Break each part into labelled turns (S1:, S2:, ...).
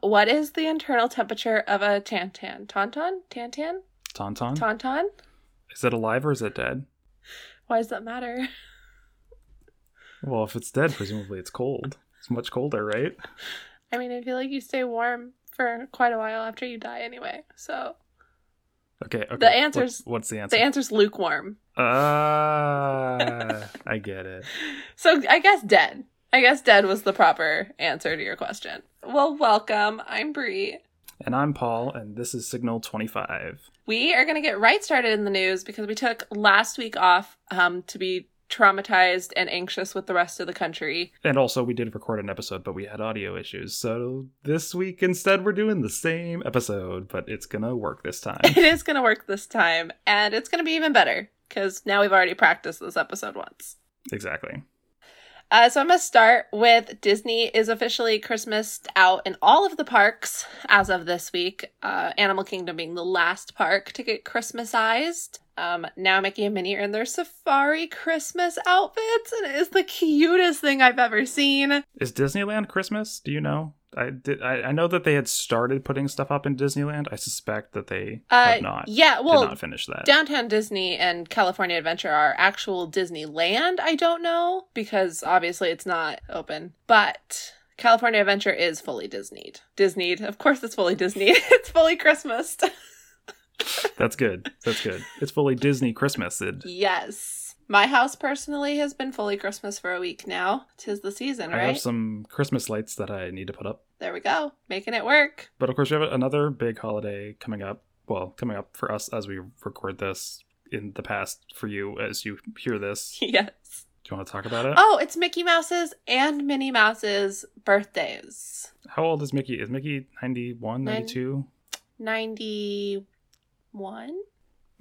S1: What is the internal temperature of a tantan? Tauntaun? Tantan?
S2: Tauntaun?
S1: Tauntaun?
S2: is it alive or is it dead?
S1: Why does that matter?
S2: Well, if it's dead, presumably it's cold. It's much colder, right?
S1: I mean, I feel like you stay warm for quite a while after you die anyway. So
S2: Okay. okay.
S1: The answer's-
S2: What- what's the answer?
S1: the answer's lukewarm.
S2: Ah, I get it.
S1: So I guess dead. I guess dead was the proper answer to your question. Well, welcome. I'm Bree.
S2: And I'm Paul, and this is Signal 25.
S1: We are going to get right started in the news because we took last week off um, to be traumatized and anxious with the rest of the country.
S2: And also, we did record an episode, but we had audio issues. So this week, instead, we're doing the same episode, but it's gonna work this time.
S1: It is going to work this time, and it's going to be even better because now we've already practiced this episode once.
S2: exactly.
S1: Uh, so I'm going to start with Disney is officially Christmased out in all of the parks as of this week. Uh, Animal Kingdom being the last park to get Christmasized. Um, now Mickey and Minnie are in their safari Christmas outfits, and it is the cutest thing I've ever seen. Uh,
S2: Is Disneyland Christmas? Do you know? I did. I, I know that they had started putting stuff up in Disneyland. I suspect that they
S1: Uh,
S2: have not.
S1: yeah, well,
S2: did not finish that.
S1: Downtown Disney and California Adventure are actual Disneyland. I don't know because obviously it's not open, but California Adventure is fully Disneyed. Disneyed, of course, it's fully Disneyed. it's fully Christmas.
S2: That's good. That's good. It's fully Disney Christmased.
S1: yes, my house personally has been fully Christmas for a week now. Tis the season,
S2: I
S1: right?
S2: have some Christmas lights that I need to put up.
S1: there we go, making it work.
S2: But of course, we have another big holiday coming up. Well, coming up for us as we record this in the past for you as you hear this.
S1: yes.
S2: Do you want to talk about it?
S1: Oh, it's Mickey Mouse's and Minnie Mouse's birthdays.
S2: How old is Mickey? Is Mickey 91,
S1: Nine-
S2: 92?
S1: Ninety-one.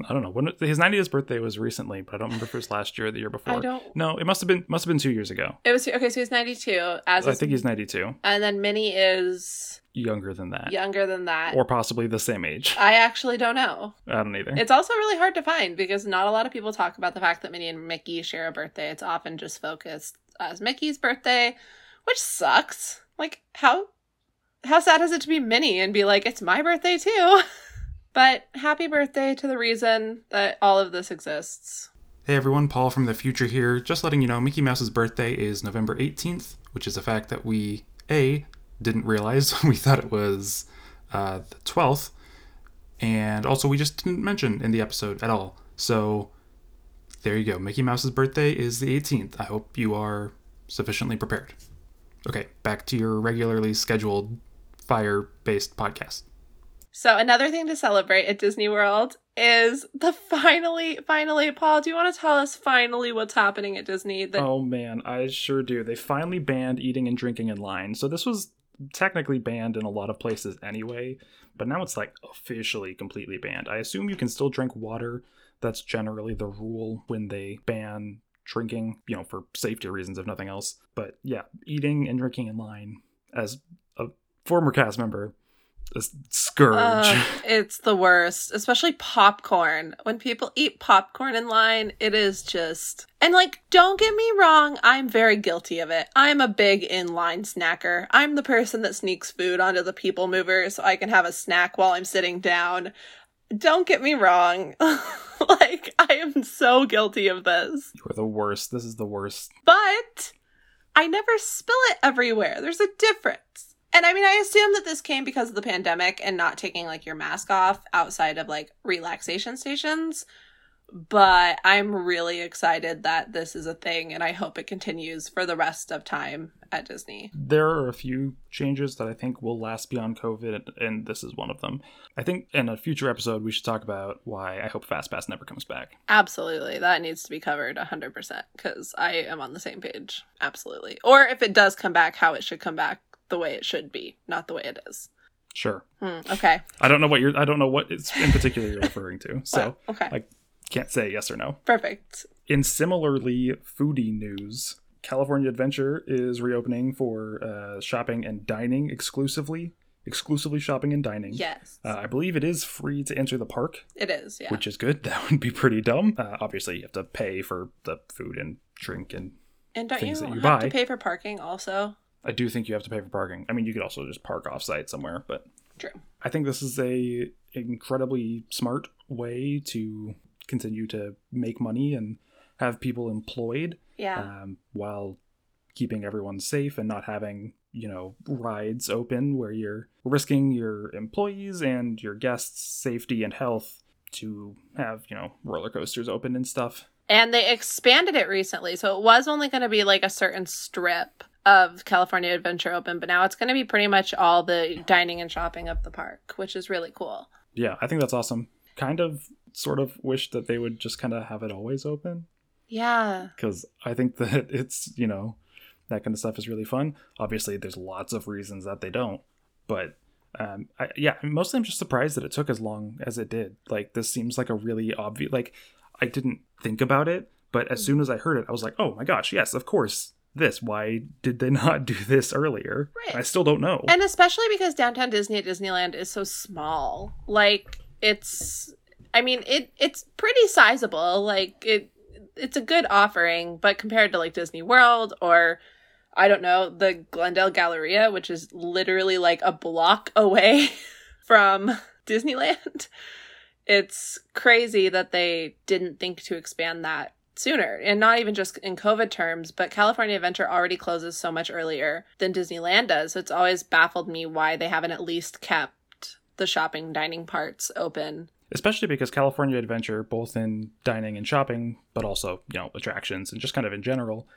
S2: I don't know. When his 90th birthday was recently, but I don't remember if it was last year or the year before.
S1: I don't
S2: No, it must have been must have been 2 years ago.
S1: It was okay. So he's ninety two. As
S2: I
S1: is-
S2: think he's 92,
S1: and then Minnie is
S2: younger than that.
S1: younger than that.
S2: Uh, Or possibly the same age.
S1: I actually don't know.
S2: I don't either.
S1: It's also really hard to find because not a lot of people talk about the fact that Minnie and Mickey share a birthday. It's often just focused as Mickey's birthday, which sucks. Like how how sad is it to be Minnie and be like it's my birthday too? but happy birthday to the reason that all of this exists.
S2: Hey everyone, Paul from the future here. Just letting you know, Mickey Mouse's birthday is November 18th, which is a fact that we, A, didn't realize. we thought it was uh, the 12th. And also, we just didn't mention in the episode at all. So, there you go. Mickey Mouse's birthday is the 18th. I hope you are sufficiently prepared. Okay, back to your regularly scheduled fire based podcast.
S1: So another thing to celebrate at Disney World is the finally, finally, Paul, do you want to tell us finally what's happening at Disney? That
S2: Oh man, I sure do. They finally banned eating and drinking in line. So this was technically banned in a lot of places anyway, but now it's like officially completely banned. I assume you can still drink water. That's generally the rule when they ban drinking, you know, for safety reasons if nothing else. But yeah, eating and drinking in line as a former cast member is scourge.
S1: Ugh, um, it's the worst, especially popcorn. When people eat popcorn in line, it is just and like, don't get me wrong, I'm very guilty of it. I'm a big in-line snacker. I'm the person that sneaks food onto the people mover so I can have a snack while I'm sitting down. Don't get me wrong. like, I am so guilty of this.
S2: you are the worst. This is the worst.
S1: But I never spill it everywhere. There's a difference. And I mean, I assume that this came because of the pandemic and not taking like your mask off outside of like relaxation stations. But I'm really excited that this is a thing and I hope it continues for the rest of time at Disney.
S2: there are a few changes that I think will last beyond COVID, and, and this is one of them. I think in a future episode, we should talk about why I hope FastPass never comes back.
S1: Absolutely. That needs to be covered 100% because I am on the same page. Absolutely. Or if it does come back, how it should come back the way it should be, not the way it is.
S2: Sure.
S1: Hmm, okay.
S2: I don't know what you're, I don't know what it's in particular you're referring to, so
S1: okay.
S2: like- can't say yes or no.
S1: Perfect.
S2: In similarly foodie news, California Adventure is reopening for uh, shopping and dining exclusively, exclusively shopping and dining.
S1: Yes.
S2: Uh, I believe it is free to enter the park,
S1: It is, yeah.
S2: which is good. That would be pretty dumb. Uh, obviously, you have to pay for the food and drink and
S1: and don't you,
S2: things that you
S1: have to
S2: buy.
S1: pay for parking also?
S2: I do think you have to pay for parking. I mean, you could also just park offsite somewhere, but
S1: True.
S2: I think this is a incredibly smart way to continue to make money and have people employed
S1: Yeah.
S2: um, while keeping everyone safe and not having you know rides open where you're risking your employees and your guests safety and health to have you know roller coasters open and stuff
S1: And they expanded it recently. So it was only going to be like a certain strip of California Adventure Open, but now it's going to be pretty much all the dining and shopping of the park, which is really cool.
S2: yeah i think that's awesome kind of sort of wish that they would just kind of have it always open
S1: Yeah.
S2: because I think that it's you know that kind of stuff is really fun. Obviously, there's lots of reasons that they don't, but um, I, yeah, mostly I'm just surprised that it took as long as it did. Like this seems like a really obvious. Like I didn't think about it, but as soon as I heard it, I was like, oh my gosh, yes, of course. This. Why did they not do this earlier?
S1: Right.
S2: I still don't know.
S1: And especially because downtown Disney at Disneyland is so small. Like it's I mean, it it's pretty sizable. Like it it's a good offering, but compared to like Disney World or I don't know, the Glendale Galleria, which is literally like a block away from Disneyland. It's crazy that they didn't think to expand that sooner. And not even just in COVID terms, but California Adventure already closes so much earlier than Disneyland does. So it's always baffled me why they haven't at least kept the shopping dining parts open.
S2: especially because California Adventure, both in dining and shopping, but also, you know, attractions and just kind of in general,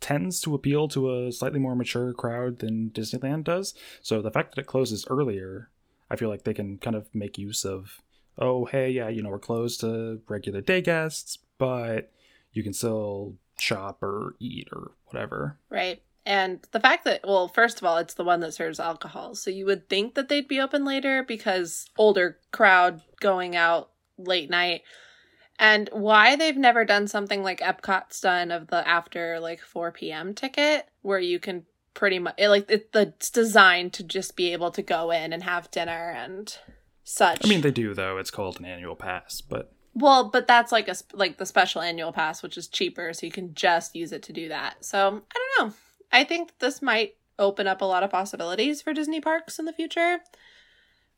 S2: tends to appeal to a slightly more mature crowd than Disneyland does. So the fact that it closes earlier, I feel like they can kind of make use of, oh, hey, yeah, you know, we're closed to regular day guests, but you can still shop or eat or whatever.
S1: Right. And the fact that, well, first of all, it's the one that serves alcohol. So you would think that they'd be open later because older crowd going out late night. And why they've never done something like Epcot's done of the after like 4 p.m. ticket where you can pretty much, it, like, it, the, it's designed to just be able to go in and have dinner and such.
S2: I mean, they do, though. It's called an annual pass, but
S1: Well, but that's like a sp- like the special annual pass, which is cheaper, so you can just use it to do that. So I don't know. I think this might open up a lot of possibilities for Disney parks in the future,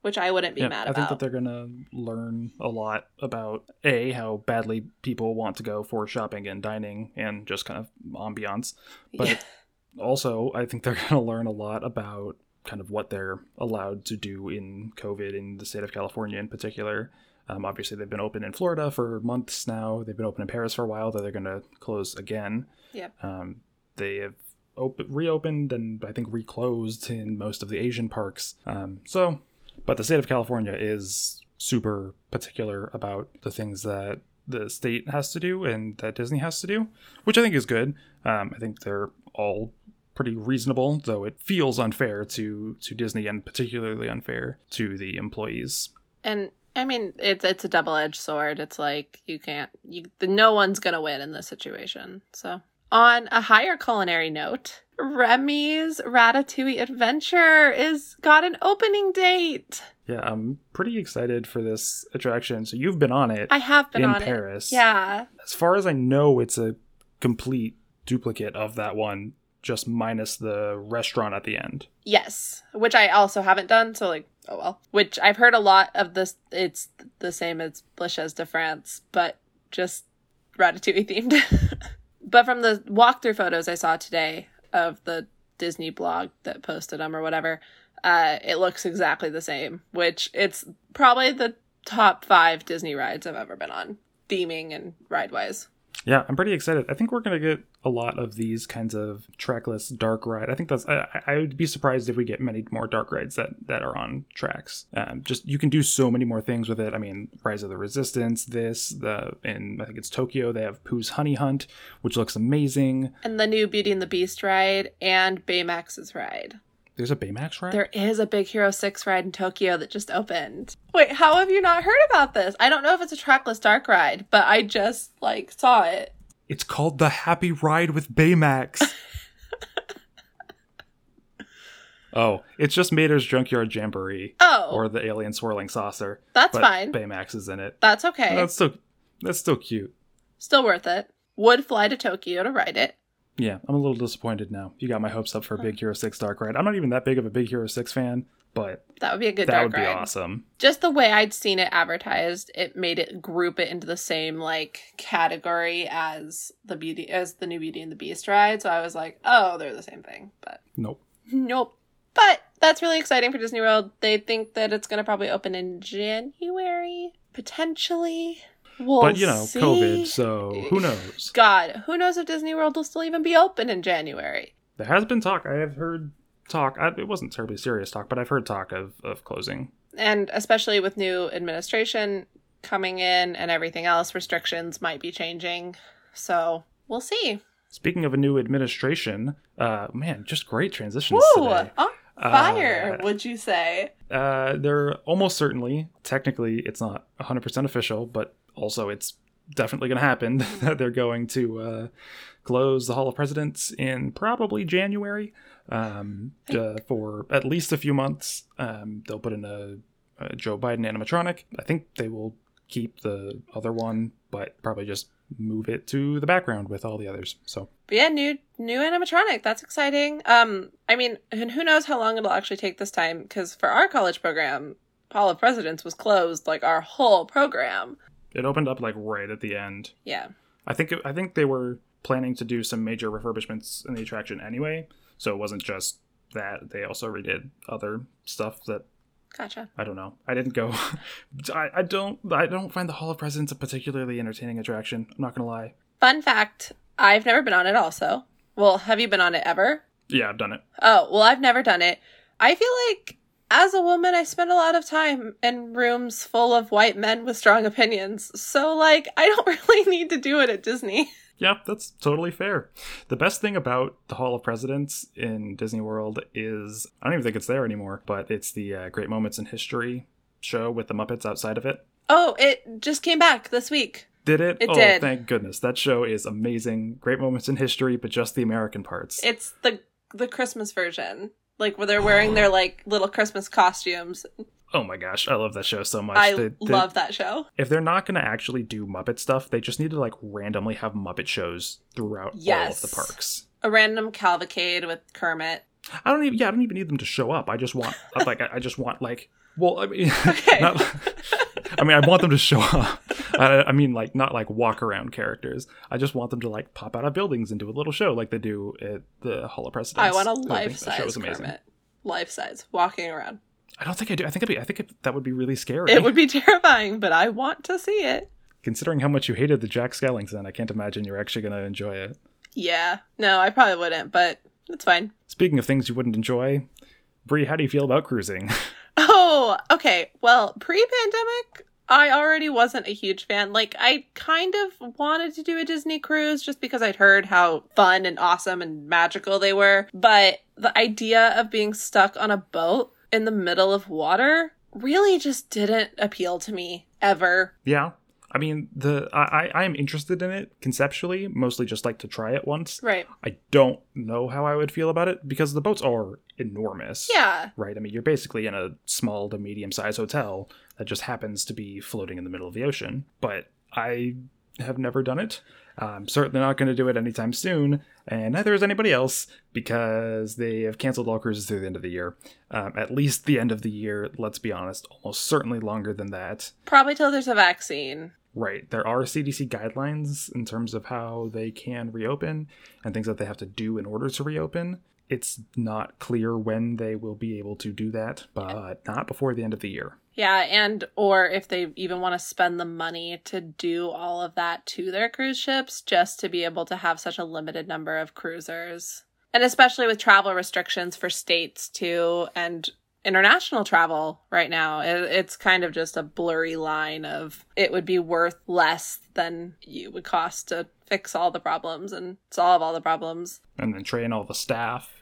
S1: which I wouldn't be
S2: Yeah,
S1: mad
S2: I think
S1: about.
S2: that they're gonna learn a lot about a how badly people want to go for shopping and dining and just kind of ambiance. but-
S1: Yeah.
S2: Also, I think they're gonna learn a lot about kind of what they're allowed to do in COVID in the state of California in particular. Um, obviously, they've been open in Florida for months now. They've been open in Paris for a while. Though they're gonna close again.
S1: Yep.
S2: Um, they have op- reopened and I think reclosed in most of the Asian parks. Um, so, but the state of California is super particular about the things that the state has to do and that Disney has to do, which I think is good. Um, I think they're all pretty reasonable, though it feels unfair to to Disney and particularly unfair to the employees.
S1: and I mean it's it's a double edged sword. It's like you can't you no one's gonna win in this situation. So on a higher culinary note, Remy's Ratatouille Adventure is got an opening date.
S2: Yeah, I'm pretty excited for this attraction. So you've been on it
S1: I have been
S2: in
S1: on
S2: Paris.
S1: it. Yeah.
S2: as far as I know, it's a complete duplicate of that one, just minus the restaurant at the end.
S1: Yes, which I also haven't done. So like, oh well. Which I've heard a lot of this. It's the same as La Chaise de France, but just Ratatouille themed. but from the walkthrough photos I saw today of the Disney blog that posted them or whatever, uh, it looks exactly the same. Which it's probably the top five Disney rides I've ever been on, theming and ride wise.
S2: Yeah, I'm pretty excited. I think we're gonna get a lot of these kinds of trackless dark ride. I think that's. I, I I would be surprised if we get many more dark rides that that are on tracks. Um, just you can do so many more things with it. I mean, Rise of the Resistance, this, the, and I think it's Tokyo. They have Pooh's Honey Hunt, which looks amazing.
S1: And the new Beauty and the Beast ride and Baymax's ride.
S2: There's a Baymax ride.
S1: There is a Big Hero 6 ride in Tokyo that just opened. Wait, how have you not heard about this? I don't know if it's a trackless dark ride, but I just like saw it.
S2: It's called the Happy Ride with Baymax. oh, it's just Mater's Junkyard Jamboree
S1: Oh,
S2: or the Alien Swirling Saucer.
S1: that's
S2: but
S1: fine.
S2: Baymax is in it.
S1: that's okay.
S2: That's still that's still cute.
S1: Still worth it. Would fly to Tokyo to ride it.
S2: Yeah, I'm a little disappointed now. You got my hopes up for a Big Hero 6 Dark Ride. I'm not even that big of a Big Hero 6 fan, but
S1: That would be a good
S2: that
S1: dark
S2: would be
S1: ride.
S2: awesome.
S1: Just the way I'd seen it advertised, it made it group it into the same like category as the beauty as the new Beauty and the Beast ride. So I was like, oh, they're the same thing. But
S2: Nope.
S1: nope. But that's really exciting for Disney World. They think that it's gonna probably open in January, potentially. We'll
S2: but, you know,
S1: see.
S2: COVID, so who knows?
S1: God, who knows if Disney World will still even be open in January?
S2: There has been talk. I have heard talk. I, it wasn't terribly serious talk, but I've heard talk of, of closing.
S1: and especially with new administration coming in and everything else restrictions might be changing so we'll see
S2: Speaking of a new administration, uh, man, just great transitions
S1: Woo!
S2: today.
S1: on
S2: Uh,
S1: fire would you say
S2: Uh, they're almost certainly, technically, it's not 100% official, but also it's definitely going to happen that they're going to uh, close the Hall of Presidents in probably January um, uh, for at least a few months. Um, they'll put in a, a Joe Biden animatronic. I think they will keep the other one, but probably just move it to the background with all the others. So
S1: but yeah new new animatronic that's exciting um i mean and who knows how long it'll actually take this time because for our college program hall of presidents was closed like our whole program
S2: it opened up like right at the end.
S1: yeah
S2: I think I think they were planning to do some major refurbishments in the attraction anyway, so it wasn't just that. They also redid other stuff that
S1: gotcha
S2: I don't know. I didn't go. I, I don't I don't find the Hall of Presidents a particularly entertaining attraction. I'm not gonna lie.
S1: fun fact i've never been on it also well have you been on it ever
S2: Yeah, I've done it.
S1: Oh, well, I've never done it. I feel like as a woman, I spend a lot of time in rooms full of white men with strong opinions. So, like, I don't really need to do it at Disney.
S2: Yeah, that's totally fair. The best thing about the Hall of Presidents in Disney World is I don't even think it's there anymore, but it's the uh, Great Moments in History show with the Muppets outside of it.
S1: Oh, it just came back this week.
S2: Did it?
S1: It
S2: oh,
S1: did.
S2: thank goodness. That show is amazing. Great moments in history, but just the American parts.
S1: It's the the Christmas version. Like where they're wearing their like little Christmas costumes.
S2: oh my gosh, I love that show so much.
S1: I
S2: They- they-
S1: love that show.
S2: If they're not going to actually do Muppet stuff, they just need to like randomly have Muppet shows throughout
S1: Yes.
S2: all of the parks.
S1: A random cavalcade with Kermit.
S2: I don't even. Yeah, I don't even need them to show up. I just want I- like I, I just want like. Well, I mean,
S1: Okay.
S2: not, I mean, I want them to show up. I, I mean, like not like walk around characters. I just want them to like pop out of buildings and do a little show like they do at Oh, the Hall of Presidents.
S1: I want a
S2: think that
S1: life
S2: show
S1: size
S2: is amazing.
S1: Kermit. Life size walking around.
S2: I don't think I do. I think it'd be, I think it, that would be really scary.
S1: It would be terrifying, but I want to see it.
S2: Considering how much you hated the Jack Skellington, I can't imagine you're actually going to enjoy it.
S1: Yeah. No, I probably wouldn't, but it's fine.
S2: Speaking of things you wouldn't enjoy, Bree, how do you feel about cruising?
S1: Oh, okay. Well, pre pandemic, I already wasn't a huge fan. Like, I kind of wanted to do a Disney cruise just because I'd heard how fun and awesome and magical they were. But the idea of being stuck on a boat in the middle of water really just didn't appeal to me ever.
S2: yeah, I mean the I I I am interested in it conceptually, mostly just like to try it once.
S1: Right.
S2: I don't know how I would feel about it because the boats are enormous.
S1: Yeah.
S2: Right. I mean, you're basically in a small to medium sized hotel that just happens to be floating in the middle of the ocean. But I have never done it. I'm certainly not going to do it anytime soon, and neither is anybody else because they have canceled all cruises through the end of the year. Um, at least the end of the year, let's be honest, almost certainly longer than that.
S1: Probably till there's a vaccine.
S2: Right. There are CDC guidelines in terms of how they can reopen and things that they have to do in order to reopen. It's not clear when they will be able to do that, but not before the end of the year.
S1: Yeah, and or if they even want to spend the money to do all of that to their cruise ships just to be able to have such a limited number of cruisers. And especially with travel restrictions for states too and international travel right now, it, it's kind of just a blurry line of it would be worth less than you would cost to fix all the problems and solve all the problems.
S2: And then train all the staff.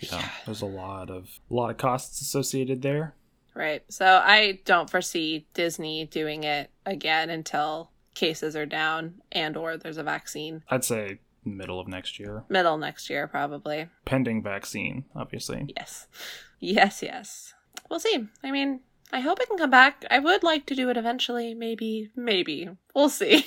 S2: Yeah. There's a lot of a lot of costs associated there.
S1: Right. So I don't foresee Disney doing it again until cases are down and or there's a vaccine.
S2: I'd say middle of next year.
S1: Middle next year probably.
S2: Pending vaccine, obviously.
S1: Yes. Yes, yes. We'll see. I mean, I hope it can come back. I would like to do it eventually, maybe, maybe. We'll see.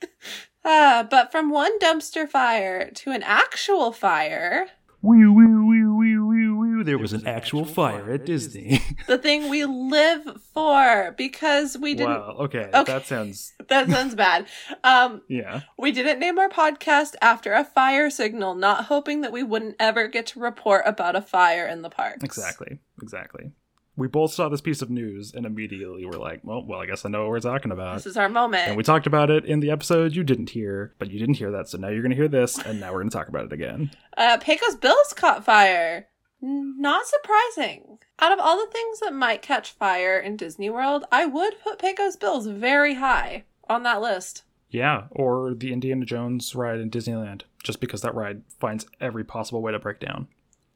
S1: Uh, but from one dumpster fire to an actual fire,
S2: Wee, wee, wee, wee, wee, wee. There was an actual fire at Disney.
S1: the thing we live for, because we didn't.
S2: Wow. Okay.
S1: Okay.
S2: That sounds.
S1: That sounds bad. Um,
S2: Yeah.
S1: we didn't name our podcast after a fire signal, not hoping that we wouldn't ever get to report about a fire in the park.
S2: Exactly. Exactly. We both saw this piece of news and immediately were like, well, well, I guess I know what we're talking about.
S1: This is our moment.
S2: And we talked about it in the episode you didn't hear, but you didn't hear that, so now you're going to hear this, and now we're going to talk about it again.
S1: Uh, Pecos Bills caught fire. N- Not surprising. Out of all the things that might catch fire in Disney World, I would put Pecos Bills very high on that list.
S2: Yeah, or the Indiana Jones ride in Disneyland, just because that ride finds every possible way to break down.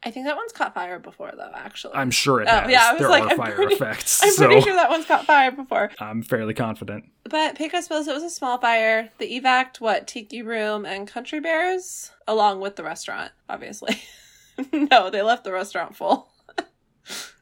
S1: I think that one's caught fire before, though, actually.
S2: I'm sure it
S1: Oh,
S2: has.
S1: yeah, I was
S2: there
S1: like,
S2: are
S1: I'm
S2: fire
S1: pretty-
S2: effects,
S1: I'm
S2: so
S1: pretty sure that one's caught fire before.
S2: I'm fairly confident.
S1: But Pecos Bills, it was a small fire. The evac, what, Tiki Room and Country Bears, along with the restaurant, obviously. no, they left the restaurant full.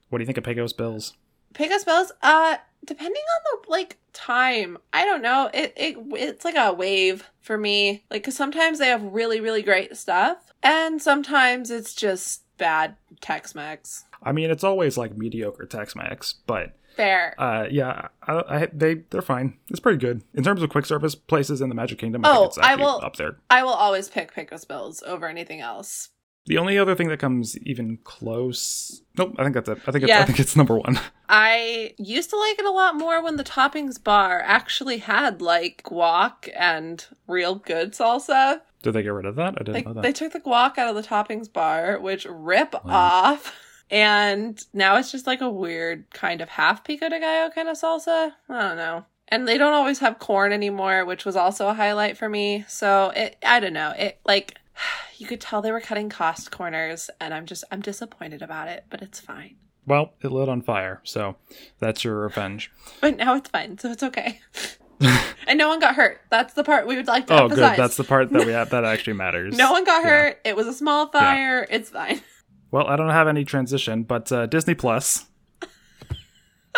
S2: What do you think of Pecos Bills?
S1: Pecos Bills, uh, depending on the like time, I don't know. It it it's like a wave for me. Like 'cause sometimes they have really really great stuff, and sometimes it's just bad Tex-Mex.
S2: I mean, it's always like mediocre Tex-Mex, but
S1: Fair.
S2: uh, yeah, I, I, they they're fine. It's pretty good in terms of quick service places in the Magic Kingdom. I
S1: Oh,
S2: think it's
S1: I
S2: actually
S1: will-
S2: up there.
S1: I will always pick Pecos Bills over anything else.
S2: The only other thing that comes even close. Nope, I think that's it. I think it's,
S1: Yeah.
S2: I think it's number one.
S1: I used to like it a lot more when the toppings bar actually had like guac and real good salsa.
S2: Did they get rid of that? I didn't
S1: Like
S2: know that.
S1: they took the guac out of the toppings bar, which rip off. And now it's just like a weird kind of half pico de gallo kind of salsa. I don't know. And they don't always have corn anymore, which was also a highlight for me. So it I don't know. It like you could tell they were cutting cost corners and I'm just I'm disappointed about it, but it's fine.
S2: Well, it lit on fire, so that's your revenge.
S1: But now it's fine, so it's okay. and no one got hurt. That's the part we would like to
S2: oh,
S1: emphasize.
S2: good. That's the part that we have that actually matters.
S1: no one got
S2: Yeah.
S1: hurt. It was a small fire. It's fine.
S2: Well, I don't have any transition, but uh, Disney Plus.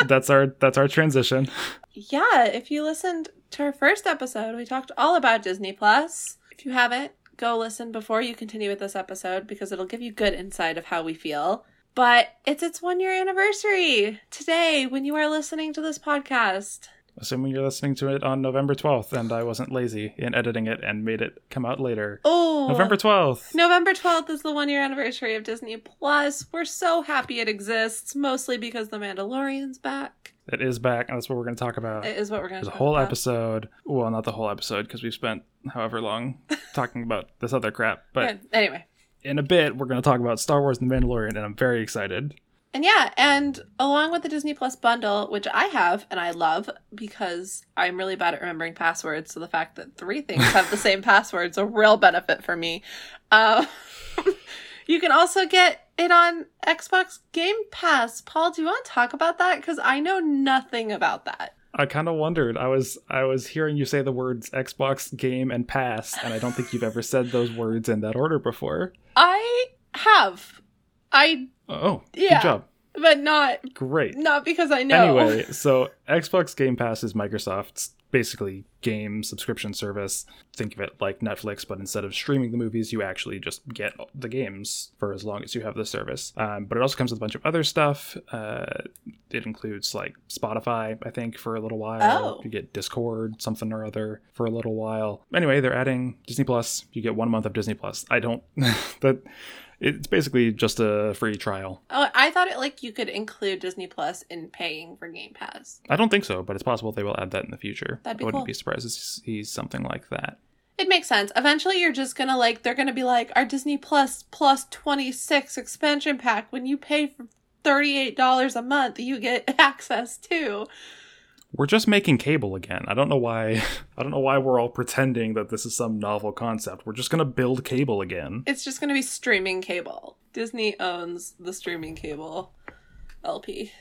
S2: that's our that's our transition.
S1: Yeah, if you listened to our first episode, we talked all about Disney Plus. If you haven't, go listen before you continue with this episode because it'll give you good insight of how we feel. But it's its one year anniversary today when you are listening to this podcast.
S2: Assuming you're listening to it on November twelfth, and I wasn't lazy in editing it and made it come out later.
S1: Oh,
S2: November twelfth.
S1: November 12th is the one year anniversary of Disney Plus. We're so happy it exists, mostly because The Mandalorian's back.
S2: It is back, and that's what we're going to talk about.
S1: It is what we're going to
S2: Uh, There's a
S1: talk
S2: whole
S1: about.
S2: episode. Well, not the whole episode because we've spent however long talking about this other crap. But
S1: Yeah, Anyway.
S2: in a bit, we're going to talk about Star Wars and The Mandalorian, and I'm very excited.
S1: And yeah, and along with the Disney Plus bundle, which I have and I love because I'm really bad at remembering passwords, so the fact that three things have the same password's a real benefit for me. Um, you can also get it on Xbox Game Pass. Paul, do you want to talk about that? Because I know nothing about that.
S2: I kind of wondered. I was I was hearing you say the words Xbox game and pass, and I don't think you've ever said those words in that order before.
S1: I have, I
S2: Oh,
S1: Yeah.
S2: good job.
S1: but not
S2: Great.
S1: not because I know.
S2: Anyway, so Xbox Game Pass is Microsoft's basically game subscription service. Think of it like Netflix, but instead of streaming the movies, you actually just get the games for as long as you have the service. Um, but it also comes with a bunch of other stuff. Uh, it includes like Spotify, I think, for a little while.
S1: Oh.
S2: You get Discord, something or other, for a little while. Anyway, they're adding Disney Plus. You get one month of Disney Plus. I don't. that it's basically just a free trial.
S1: Oh, I thought it like you could include Disney Plus in paying for Game Pass.
S2: I don't think so, but it's possible they will add that in the future.
S1: That'd be
S2: I wouldn't
S1: cool.
S2: be surprised to see something like that.
S1: It makes sense. Eventually, you're just gonna like they're gonna be like our Disney Plus plus twenty six expansion pack. When you pay for thirty eight dollars a month, you get access to.
S2: We're just making cable again. I don't know why. I don't know why we're all pretending that this is some novel concept. We're just gonna build cable again.
S1: It's just gonna be streaming cable. Disney owns the streaming cable LP.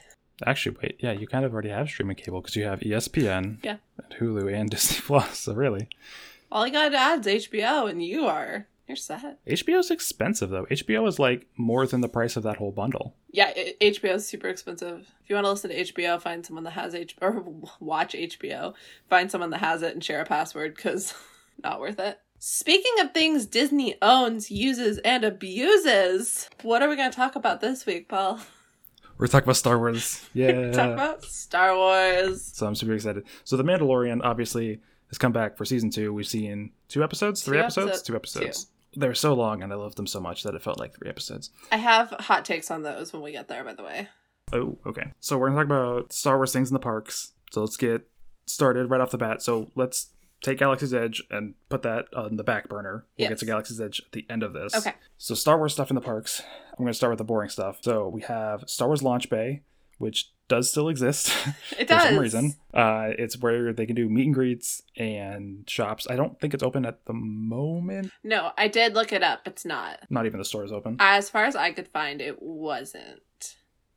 S2: Actually, wait. Yeah, you kind of already have streaming cable because you have E ESPN,
S1: Yeah.
S2: and Hulu and Disney Plus. So really,
S1: All you gotta add is HBO, and you are you're set.
S2: HBO's expensive though. HBO is like more than the price of that whole bundle.
S1: Yeah, i HBO is super expensive. If you want to listen to HBO, find someone that has H or watch HBO. Find someone that has it and share a password because Not worth it. Speaking of things Disney owns, uses, and abuses, what are we going to talk about this week, Paul?
S2: We're talking about Star Wars. Yeah.
S1: talk about Star Wars.
S2: so I'm super excited. So The Mandalorian obviously has come back for season two. We've seen two episodes, three
S1: Two
S2: episodes,
S1: episodes.
S2: two episodes. They're so long, and I loved them so much that it felt like three episodes.
S1: I have hot takes on those when we get there, by the way.
S2: Oh, okay. So we're gonna talk about Star Wars things in the parks. So let's get started right off the bat. So let's take Galaxy's Edge and put that on the back burner. We'll get
S1: Yes.
S2: to Galaxy's Edge at the end of this.
S1: Okay.
S2: So Star Wars stuff in the parks. I'm gonna start with the boring stuff. So we have Star Wars Launch Bay, which does still exist.
S1: It
S2: for
S1: does.
S2: some reason. Uh, it's where they can do meet and greets and shops. I don't think it's open at the moment.
S1: No, I did look it up. It's not.
S2: Not even the store is open.
S1: As far as I could find, it wasn't.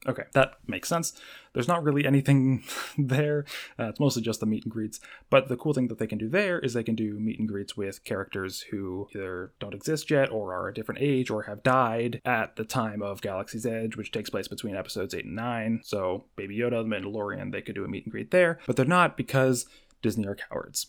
S2: Okay, that makes sense. There's not really anything there. Uh, it's mostly just the meet and greets. But the cool thing that they can do there is they can do meet and greets with characters who either don't exist yet or are a different age or have died at the time of Galaxy's Edge, which takes place between episodes 8 and 9. So Baby Yoda, the Mandalorian, they could do a meet and greet there. But they're not because Disney are cowards.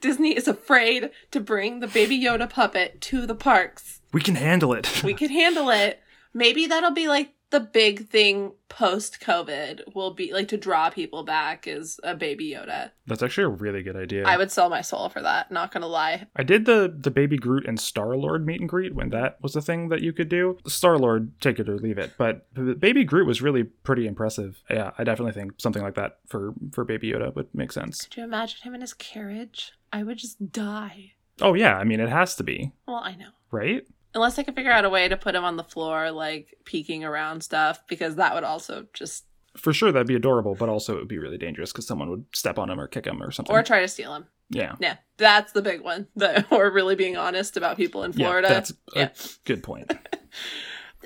S1: Disney is afraid to bring the Baby Yoda puppet to the parks.
S2: We can handle it.
S1: We could handle it. Maybe that'll be like the big thing post COVID will be like to draw people back is a Baby Yoda.
S2: That's actually a really good idea.
S1: I would sell my soul for that, not gonna lie.
S2: I did the the baby Groot and Star Lord meet and greet when that was a thing that you could do. Star Lord, take it or leave it, but the baby Groot was really pretty impressive. Yeah, I definitely think something like that for for Baby Yoda would make sense.
S1: Could you imagine him in his carriage? I would just die.
S2: Oh yeah, I mean it has to be
S1: Well, I know.
S2: right.
S1: Unless I can figure out a way to put him on the floor, like peeking around stuff, because that would also just
S2: For sure, that'd be adorable, but also it would be really dangerous because someone would step on him or kick him or something.
S1: or try to steal him.
S2: yeah,
S1: Yeah, that's the big one. That we're really being honest about people in Florida.
S2: Yeah, that's a
S1: Yeah.
S2: good point.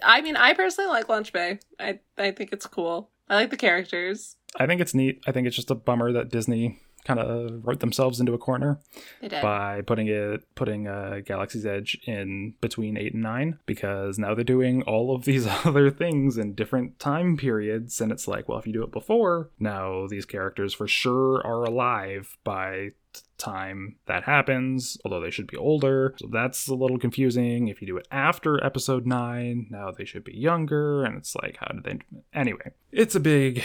S1: I mean, I personally like Lunch Bay. I I think it's cool. I like the characters.
S2: I think it's neat. I think it's just a bummer that Disney kind of wrote themselves into a corner.
S1: They did.
S2: by putting it putting uh, Galaxy's Edge in between eight and nine because now they're doing all of these other things in different time periods, and it's like, well, if you do it before, now these characters for sure are alive by the time that happens although they should be older so that's a little confusing if you do it after episode 9 now they should be younger and it's like how did they anyway it's a big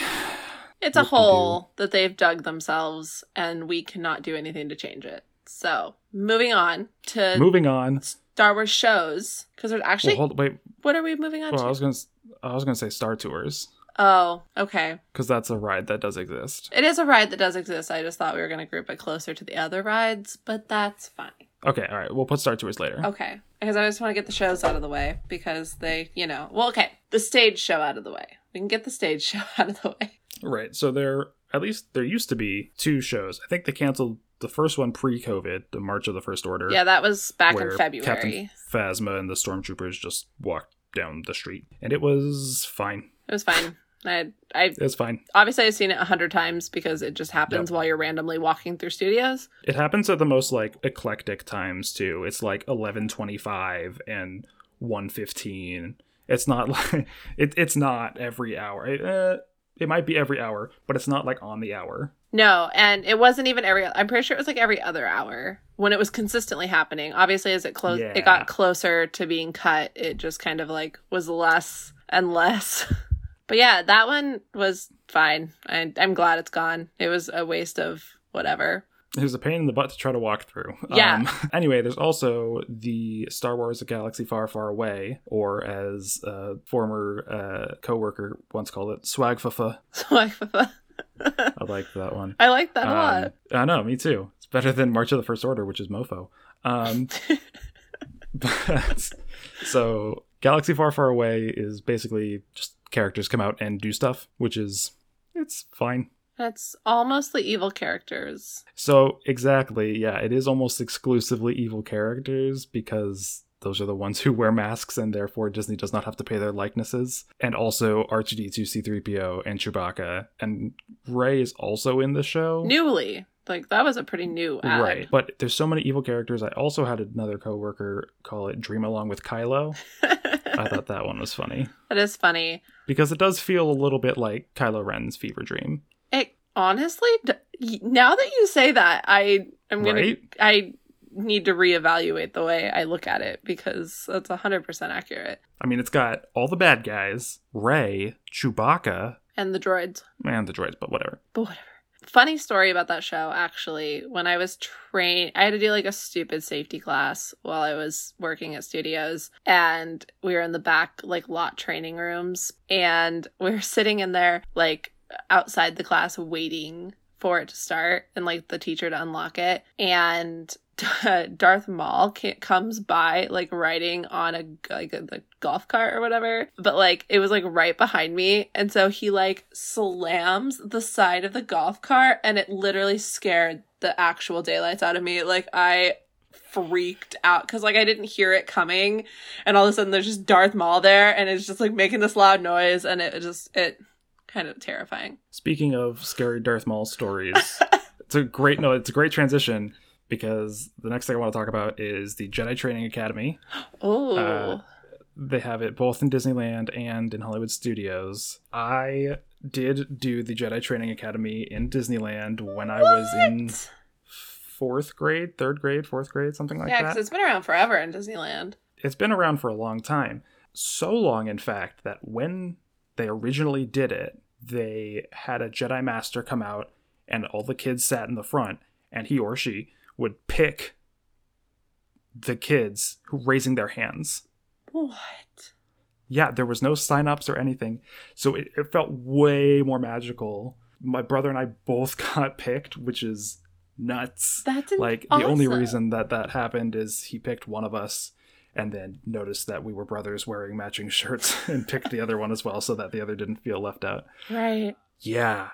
S1: it's a
S2: what to
S1: hole that they've dug themselves, and we cannot do anything to change it. So, moving on to
S2: moving on
S1: Star Wars shows, because there's Uh, actually
S2: well, hold wait
S1: what are we moving on
S2: well, i
S1: to?
S2: was gonna s- i was gonna say star tours
S1: Oh, okay.
S2: because that's a ride that does exist.
S1: It is a ride that does exist. I just thought we were going to group it closer to the other rides, but that's fine.
S2: Okay, all right, we'll put Star Tours later.
S1: Okay. Because I just want to get the shows out of the way because they, you know, well, okay, the stage show out of the way. We can get the stage show out of the way.
S2: Right, so there at least there used to be two shows. I think they canceled the first one pre-COVID, the March of the First Order.
S1: Yeah, that was back in
S2: where
S1: February.
S2: Captain Phasma and the stormtroopers just walked down the street, and it was fine.
S1: It was fine. I, I
S2: It's fine.
S1: obviously I've seen it a hundred times because it just happens while you're randomly walking through studios.
S2: It happens at the most like eclectic times too. It's like eleven twenty-five and one fifteen. It's not like it, it's not every hour. It, uh, it might be every hour, but it's not like on the hour.
S1: No, and it wasn't even every. I'm pretty sure it was like every other hour when it was consistently happening. Obviously, as it closed,
S2: Yeah.
S1: it got closer to being cut. It just kind of like was less and less. but yeah, that one was fine. I, I'm glad it's gone. It was a waste of whatever.
S2: It was a pain in the butt to try to walk through.
S1: Yeah.
S2: Um, anyway, there's also the Star Wars: A Galaxy Far, Far Away, or as a former uh, coworker once called it, swagfafa.
S1: So I,
S2: I liked that one.
S1: I like that a
S2: Um,
S1: lot.
S2: I know, me too. It's better than March of the First Order, which is mofo. Um, but so Galaxy Far, Far Away is basically just characters come out and do stuff, which is it's fine.
S1: That's all mostly evil characters.
S2: So exactly, yeah, it is almost exclusively evil characters because those are the ones who wear masks and therefore Disney does not have to pay their likenesses. And also R2D2, C3PO, and Chewbacca. And Ray is also in the show.
S1: Newly, like that was a pretty new ad.
S2: Oh. Right. But there's so many evil characters. I also had another coworker call it Dream Along with Kylo. I thought that one was funny.
S1: that is funny.
S2: Because it does feel a little bit like Kylo Ren's fever dream.
S1: It honestly, d- y- now that you say that, I I'm gonna.
S2: Right?
S1: I need to reevaluate the way I look at it because that's 100% accurate.
S2: I mean, it's got all the bad guys, Ray, Chewbacca,
S1: And the droids.
S2: and the droids, but whatever.
S1: but whatever. Funny story about that show, actually. When I was trained, I had to do like a stupid safety class while I was working at studios, and we were in the back, like lot training rooms, and we were sitting in there, like outside the class, waiting for it to start and like the teacher to unlock it. And Darth Maul ca- comes by like riding on a g- like a the golf cart or whatever, but like it was like right behind me, and so he like slams the side of the golf cart, and it literally scared the actual daylights out of me. Like I freaked out because like I didn't hear it coming, and all of a sudden there's just Darth Maul there, and it's just like making this loud noise, and it just it kind of terrifying.
S2: Speaking of scary Darth Maul stories, it's a great no, it's a great transition because the next thing I want to talk about is the Jedi Training Academy.
S1: Oh,
S2: Uh, They have it both in Disneyland and in Hollywood Studios. I did do the Jedi Training Academy in Disneyland when I was in fourth grade, third grade, fourth grade, something like
S1: yeah,
S2: that.
S1: because it's been around forever in Disneyland.
S2: it's been around for a long time. So long, in fact, that when they originally did it, they had a Jedi Master come out, and all the kids sat in the front, and he or she would pick the kids who raising their hands.
S1: What?
S2: Yeah, there was no sign ups or anything. So it, it felt way more magical. My brother and I both got picked, which is nuts.
S1: That's
S2: like the only reason that that happened is he picked one of us and then noticed that we were brothers wearing matching shirts and picked the other one as well so that the other didn't feel left out
S1: right?
S2: yeah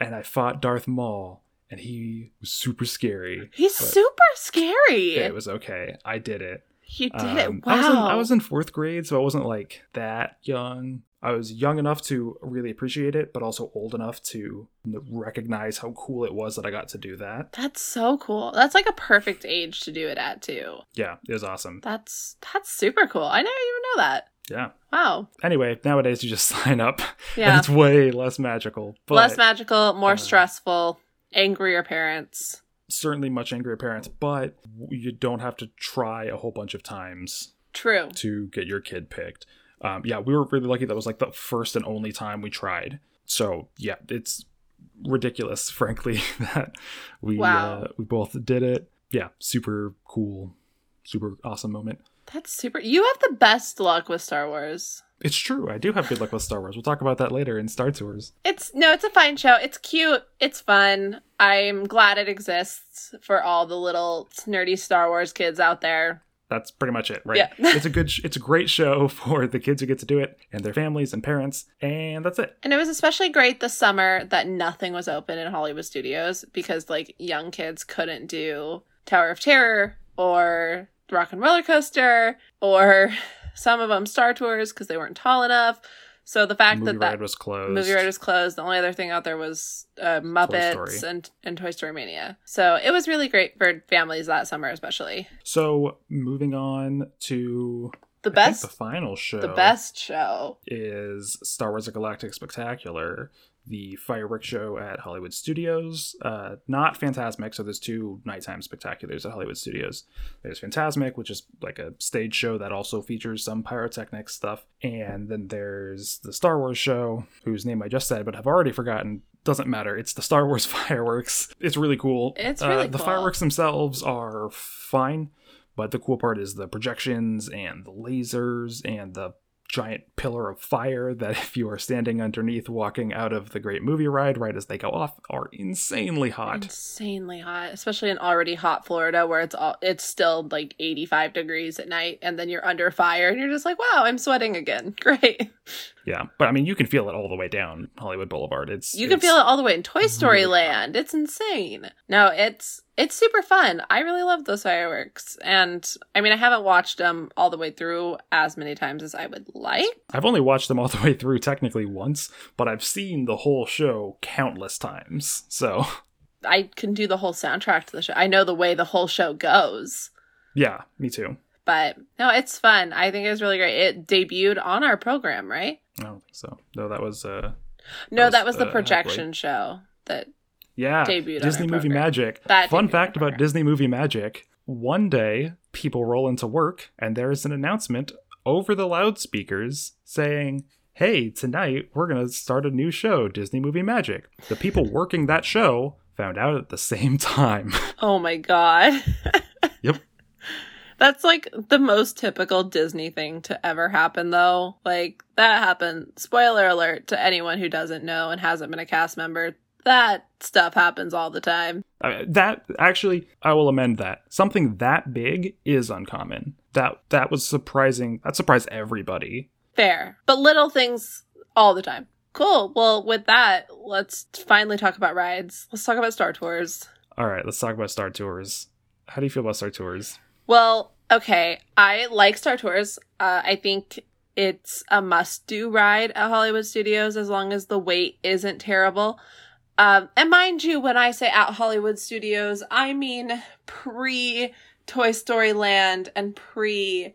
S2: and i fought darth maul and he was super scary
S1: He's
S2: But-
S1: super scary.
S2: yeah, it was okay i did it
S1: you did
S2: Um,
S1: it! Wow.
S2: I was, in, I was in fourth grade so i wasn't like that young i was young enough to really appreciate it but also old enough to n- recognize how cool it was that i got to do that
S1: That's so cool. That's like a perfect age to do it at too.
S2: yeah it was awesome
S1: That's that's super cool. I never even know that.
S2: yeah
S1: Wow.
S2: anyway nowadays you just sign up
S1: Yeah.
S2: And it's way less magical, but
S1: Less magical, more
S2: uh,
S1: stressful, angrier parents.
S2: certainly much angrier parents. But you don't have to try a whole bunch of times
S1: True.
S2: to get your kid picked. Um, yeah, we were really lucky. That was like the first and only time we tried. So yeah, it's ridiculous, frankly, that we
S1: Wow.
S2: uh, we both did it. Yeah, super cool, super awesome moment.
S1: That's super. You have the best luck with Star Wars.
S2: It's true. I do have good luck with Star Wars. We'll talk about that later in Star Tours.
S1: It's no, it's a fine show. It's cute. It's fun. I'm glad it exists for all the little nerdy Star Wars kids out there.
S2: that's pretty much it right
S1: Yeah.
S2: it's a good sh- it's a great show for the kids who get to do it and their families and parents and that's it
S1: And it was especially great this summer that nothing was open in Hollywood studios because like young kids couldn't do Tower of Terror or Rock and Roller Coaster or some of them Star Tours because they weren't tall enough. So the fact
S2: movie
S1: that
S2: ride
S1: that
S2: was closed
S1: movie ride was closed, the only other thing out there was uh, Muppets
S2: Story.
S1: and and Toy Story Mania. So it was really great for families that summer, especially
S2: so moving on to
S1: the
S2: I think
S1: best
S2: the final show
S1: the best show.
S2: is star wars a galactic spectacular the fireworks show at hollywood studios uh not phantasmic so there's two nighttime spectaculars at hollywood studios there's phantasmic which is like a stage show that also features some pyrotechnic stuff and then there's the star wars show whose name i just said but have already forgotten doesn't matter it's the star wars fireworks it's really cool Uh,
S1: It's really
S2: the
S1: cool.
S2: fireworks themselves are fine but the cool part is the projections and the lasers and the giant pillar of fire that if you are standing underneath walking out of the great movie ride right as they go off are insanely hot
S1: Insanely hot, especially in already hot Florida where it's all it's still like 85 degrees at night and then you're under fire and you're just like, "Wow, I'm sweating again." Great.
S2: yeah but i mean you can feel it all the way down hollywood boulevard it's
S1: You can
S2: it's-
S1: feel it all the way in Toy Story
S2: really hot.
S1: Land. It's insane. No, it's it's super fun. I really love those fireworks. And I mean, I haven't watched them all the way through as many times as I would like.
S2: i've only watched them all the way through technically once but i've seen the whole show countless times so
S1: I can do the whole soundtrack to the show. I know the way the whole show goes.
S2: yeah me too
S1: But no, it's fun. I think it was really great. It debuted on our program, right?
S2: i don't think so Oh, no that was uh
S1: No,
S2: That
S1: that was
S2: was uh,
S1: the
S2: the
S1: projection show that
S2: Yeah,
S1: Debuted on
S2: Disney
S1: our
S2: Movie
S1: program.
S2: Magic.
S1: That debuted on
S2: Fun
S1: our
S2: fact about
S1: program.
S2: Disney Movie Magic: one day people roll into work and there is an announcement over the loudspeakers saying. Hey, tonight we're going to start a new show, Disney Movie Magic. The people working that show found out at the same time.
S1: Oh my god.
S2: Yep.
S1: That's like the most typical Disney thing to ever happen though. Like that happened. Spoiler alert to anyone who doesn't know and hasn't been a cast member. That stuff happens all the time.
S2: Uh, that actually, I will amend that. Something that big is uncommon. That that was surprising. That surprised everybody.
S1: Fair. But little things all the time. Cool. Well, with that, let's finally talk about rides. Let's talk about Star Tours.
S2: All right, let's talk about Star Tours. How do you feel about Star Tours?
S1: Well, okay. I like Star Tours. Uh, I think it's a must do ride at Hollywood Studios as long as the wait isn't terrible. Um, and mind you, when I say at Hollywood Studios, I mean pre Toy Story Land and pre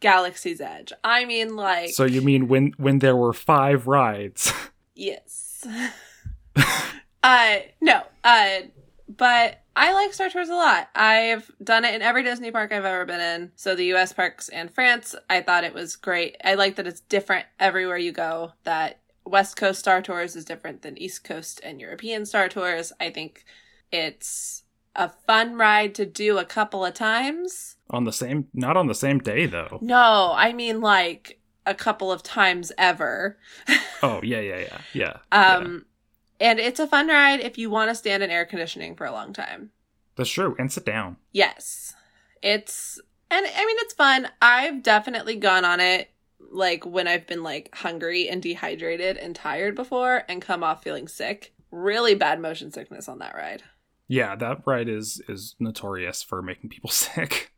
S1: Galaxy's Edge. I mean, like.
S2: So you mean when when there were five rides?
S1: Yes. uh no. Uh but I like Star Tours a lot. I've done it in every Disney park I've ever been in. So the US parks and France, I thought it was great. I like that it's different everywhere you go that West Coast Star Tours is different than East Coast and European Star Tours. I think it's a fun ride to do a couple of times.
S2: on the same, not on the same day though.
S1: No, I mean like a couple of times ever.
S2: Oh yeah, yeah, yeah, yeah. yeah.
S1: Um, and it's a fun ride if you want to stand in air conditioning for a long time.
S2: That's true. And sit down.
S1: Yes, it's and I mean it's fun. I've definitely gone on it like when I've been like hungry and dehydrated and tired before and come off feeling sick. Really bad motion sickness on that ride.
S2: Yeah, that ride is is notorious for making people sick.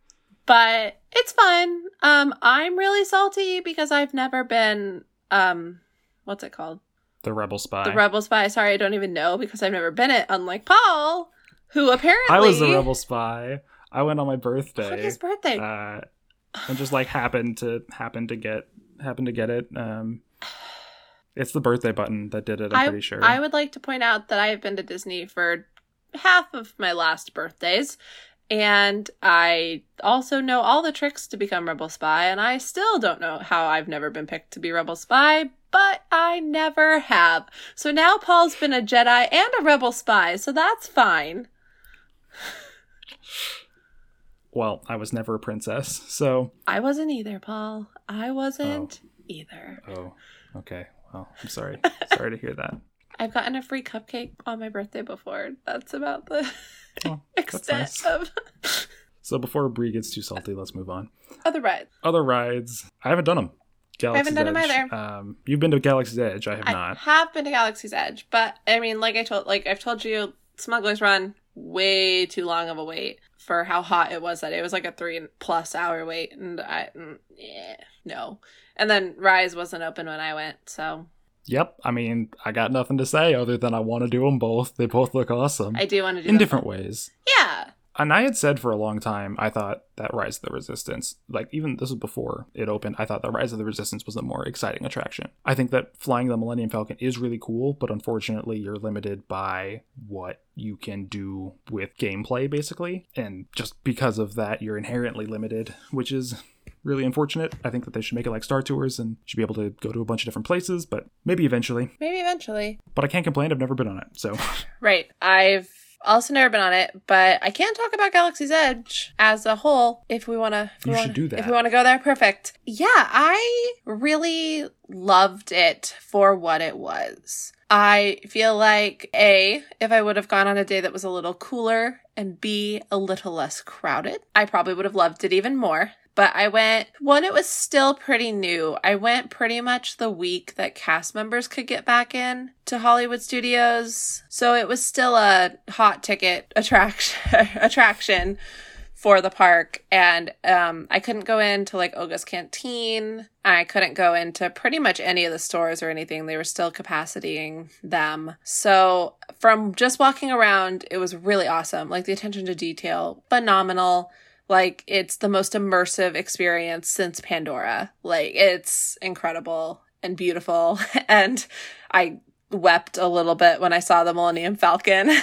S1: but it's fun. Um, I'm really salty because I've never been um, what's it called?
S2: The Rebel Spy.
S1: The Rebel Spy. Sorry, I don't even know because I've never been it. Unlike Paul, who apparently
S2: I was the Rebel Spy. I went on my birthday.
S1: On his birthday.
S2: uh, and just like happened to happen to get happen to get it. Um, it's the birthday button that did it. I'm
S1: I-
S2: pretty sure.
S1: I would like to point out that I have been to Disney for half of my last birthdays. And I also know all the tricks to become Rebel Spy. And I still don't know how I've never been picked to be Rebel Spy, but I never have. So now Paul's been a Jedi and a Rebel Spy. So that's fine.
S2: well, I was never a princess, so
S1: I wasn't either, Paul. I wasn't either.
S2: oh, okay. Well, I'm sorry. sorry to hear that.
S1: I've gotten a free cupcake on my birthday before. That's about the
S2: Well, Oh, that's
S1: extent
S2: nice.
S1: of
S2: So before Brie gets too salty, let's move on.
S1: other rides.
S2: Other rides, I haven't done them. Galaxy's
S1: done 'em
S2: Edge.
S1: either.
S2: Um, you've been to Galaxy's Edge. I have not.
S1: I have been to Galaxy's Edge, but I mean, like I told, like I've told you, Smuggler's Run way too long of a wait for how hot it was that day. It was like a three and- plus hour wait, and I mm, yeah, no. And then Rise wasn't open when I went, so
S2: Yep. I mean, I got nothing to say other than I want to do them both. They both look awesome
S1: I do want to do
S2: in
S1: them
S2: different
S1: both.
S2: ways.
S1: Yeah,
S2: and I had said for a long time, I thought that Rise of the Resistance, like even this was before it opened, I thought that Rise of the Resistance was the more exciting attraction. I think that flying the Millennium Falcon is really cool, but unfortunately, you're limited by what you can do with gameplay, basically. And just because of that, you're inherently limited, which is really unfortunate. I think that they should make it like Star Tours and should be able to go to a bunch of different places, but maybe eventually.
S1: maybe eventually.
S2: But I can't complain, I've never been on it, so.
S1: Right. I've also never been on it, but I can talk about Galaxy's Edge as a whole if we want to.
S2: You should do that.
S1: If we want to go there, perfect. Yeah, I really loved it for what it was. I feel like A, if I would have gone on a day that was a little cooler, and B, a little less crowded, I probably would have loved it even more. But I went when it was still pretty new. I went pretty much the week that cast members could get back in to Hollywood Studios. So it was still a hot ticket attraction attraction for the park and um I couldn't go into like Olga's canteen. I couldn't go into pretty much any of the stores or anything. They were still capacitying them. So from just walking around, it was really awesome. Like the attention to detail, phenomenal. Like it's the most immersive experience since Pandora. Like it's incredible and beautiful and I wept a little bit when I saw the Millennium Falcon.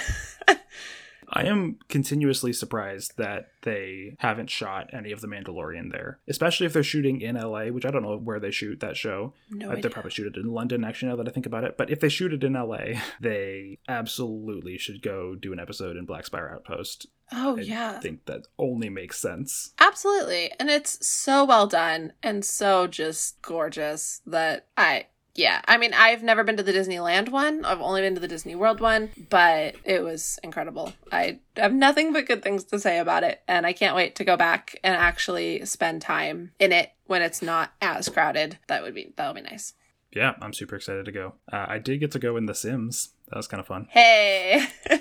S2: I am continuously surprised that they haven't shot any of the Mandalorian there, especially if they're shooting in LA, which I don't know where they shoot that show.
S1: no,
S2: Uh, they
S1: idea.
S2: probably shoot it in London, actually, now that I think about it. But if they shoot it in LA, they absolutely should go do an episode in Black Spire Outpost.
S1: oh
S2: I
S1: yeah,
S2: think that only makes sense.
S1: absolutely. And it's so well done and so just gorgeous that I. Yeah, I mean, I've never been to the Disneyland one. I've only been to the Disney World one, but it was incredible. I have nothing but good things to say about it, and I can't wait to go back and actually spend time in it when it's not as crowded. That would be that would be nice.
S2: Yeah, I'm super excited to go. Uh, I did get to go in The Sims. That was kind of fun.
S1: Hey.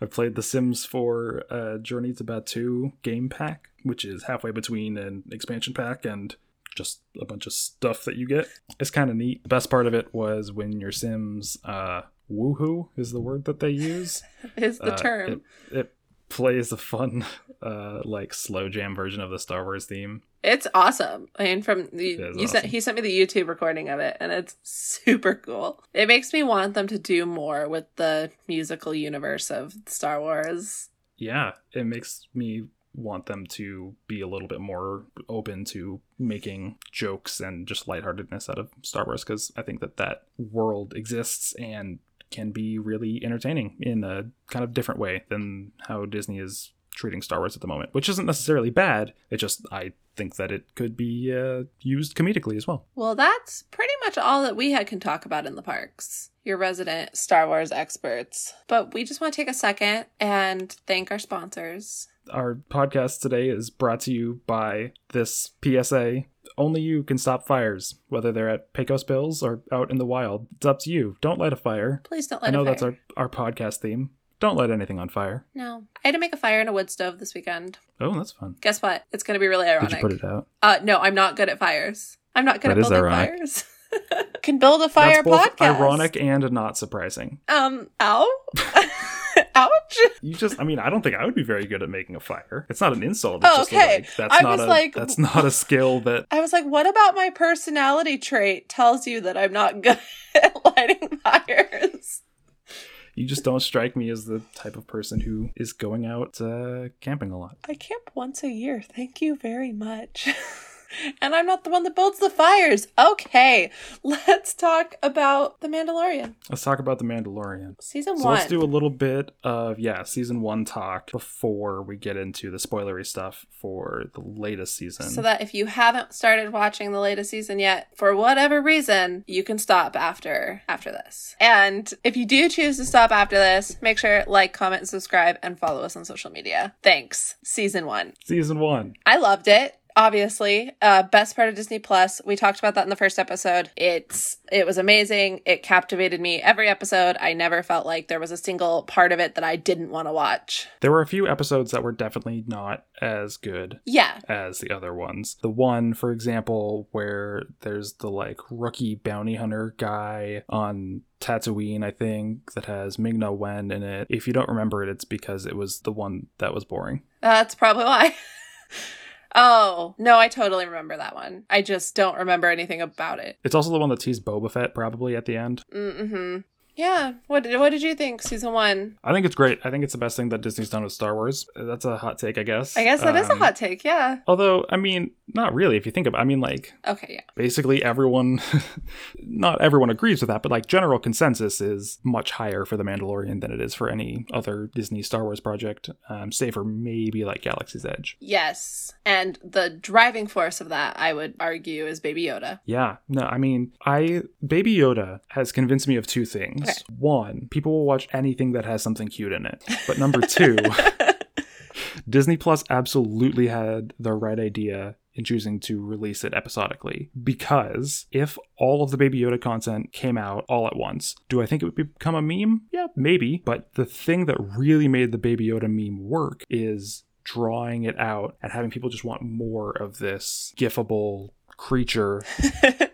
S2: I played The Sims for uh, Journey to Batu game pack, which is halfway between an expansion pack and just a bunch of stuff that you get. It's kind of neat. The best part of it was when your Sims, uh, woohoo is the word that they use.
S1: is the
S2: Uh,
S1: term.
S2: It, it plays a fun, uh, like slow jam version of the Star Wars theme.
S1: It's awesome. I mean, from the you
S2: is
S1: sent
S2: awesome.
S1: he sent me the YouTube recording of it, and it's super cool. It makes me want them to do more with the musical universe of Star Wars.
S2: Yeah, it makes me want them to be a little bit more open to making jokes and just lightheartedness out of Star Wars because I think that that world exists and can be really entertaining in a kind of different way than how Disney is treating Star Wars at the moment, which isn't necessarily bad. It just I think that it could be uh, used comedically as well.
S1: Well, that's pretty much all that we had can talk about in the parks. Your resident Star Wars experts. But we just want to take a second and thank our sponsors.
S2: Our podcast today is brought to you by this PSA. Only you can stop fires, whether they're at Pecos Bills or out in the wild. It's up to you. Don't light a fire.
S1: Please don't let
S2: I know
S1: a fire.
S2: that's our, our podcast theme. Don't light anything on fire.
S1: No. I had to make a fire in a wood stove this weekend.
S2: Oh, that's fun.
S1: Guess what? It's going to be really ironic.
S2: Did you put it out?
S1: Uh, no, I'm not good at fires. I'm not good
S2: That
S1: at
S2: is
S1: building
S2: ironic.
S1: fires. Can build a fire
S2: that's both
S1: podcast.
S2: ironic and not surprising.
S1: Um, ow, ouch.
S2: You just, I mean, I don't think I would be very good at making a fire. It's not an insult.
S1: Oh,
S2: It's just a,
S1: okay.
S2: like, that's
S1: I
S2: not
S1: was
S2: a,
S1: like-
S2: that's not a skill that
S1: I was like, what about my personality trait tells you that I'm not good at lighting fires?
S2: you just don't strike me as the type of person who is going out uh, camping a lot.
S1: I camp once a year. Thank you very much. and I'm not the one that builds the fires. Okay, let's talk about The Mandalorian
S2: Let's talk about the Mandalorian.
S1: season
S2: So
S1: one.
S2: let's do a little bit of yeah, season one talk before we get into the spoilery stuff for the latest season.
S1: so that if you haven't started watching the latest season yet for whatever reason you can stop after after this and if you do choose to stop after this make sure like comment and subscribe and follow us on social media thanks season one
S2: season one.
S1: i loved it obviously uh best part of disney plus we talked about that in the first episode it's it was amazing it captivated me every episode i never felt like there was a single part of it that i didn't want to watch
S2: There were a few episodes that were definitely not as good
S1: yeah
S2: as the other ones. The one, for example, where there's the like rookie bounty hunter guy on Tatooine, I think, that has Migna Wen in it. If you don't remember it, it's because it was the one that was boring.
S1: That's probably why. oh, no, I totally remember that one. I just don't remember anything about it.
S2: It's also the one that teased Boba Fett probably at the end.
S1: Mm-hmm. Yeah. What did, what did you think, season one?
S2: I think it's great. I think it's the best thing that Disney's done with Star Wars. Uh, That's a hot take, I guess.
S1: I guess that is
S2: Um,
S1: a hot take. Yeah.
S2: Although, I mean, not really. If you think about, I mean, like
S1: Okay. Yeah.
S2: basically everyone, not everyone agrees with that, but like general consensus is much higher for the Mandalorian than it is for any other Disney Star Wars project, um, save for maybe like Galaxy's Edge.
S1: Yes. And the driving force of that, I would argue, is Baby Yoda.
S2: Yeah, no, I mean, I Baby Yoda has convinced me of two things.
S1: Okay.
S2: One, people will watch anything that has something cute in it. But number two. Disney Plus absolutely had the right idea in choosing to release it episodically because if all of the Baby Yoda content came out all at once, do I think it would become a meme? Yeah, maybe. But the thing that really made the Baby Yoda meme work is drawing it out and having people just want more of this gifable creature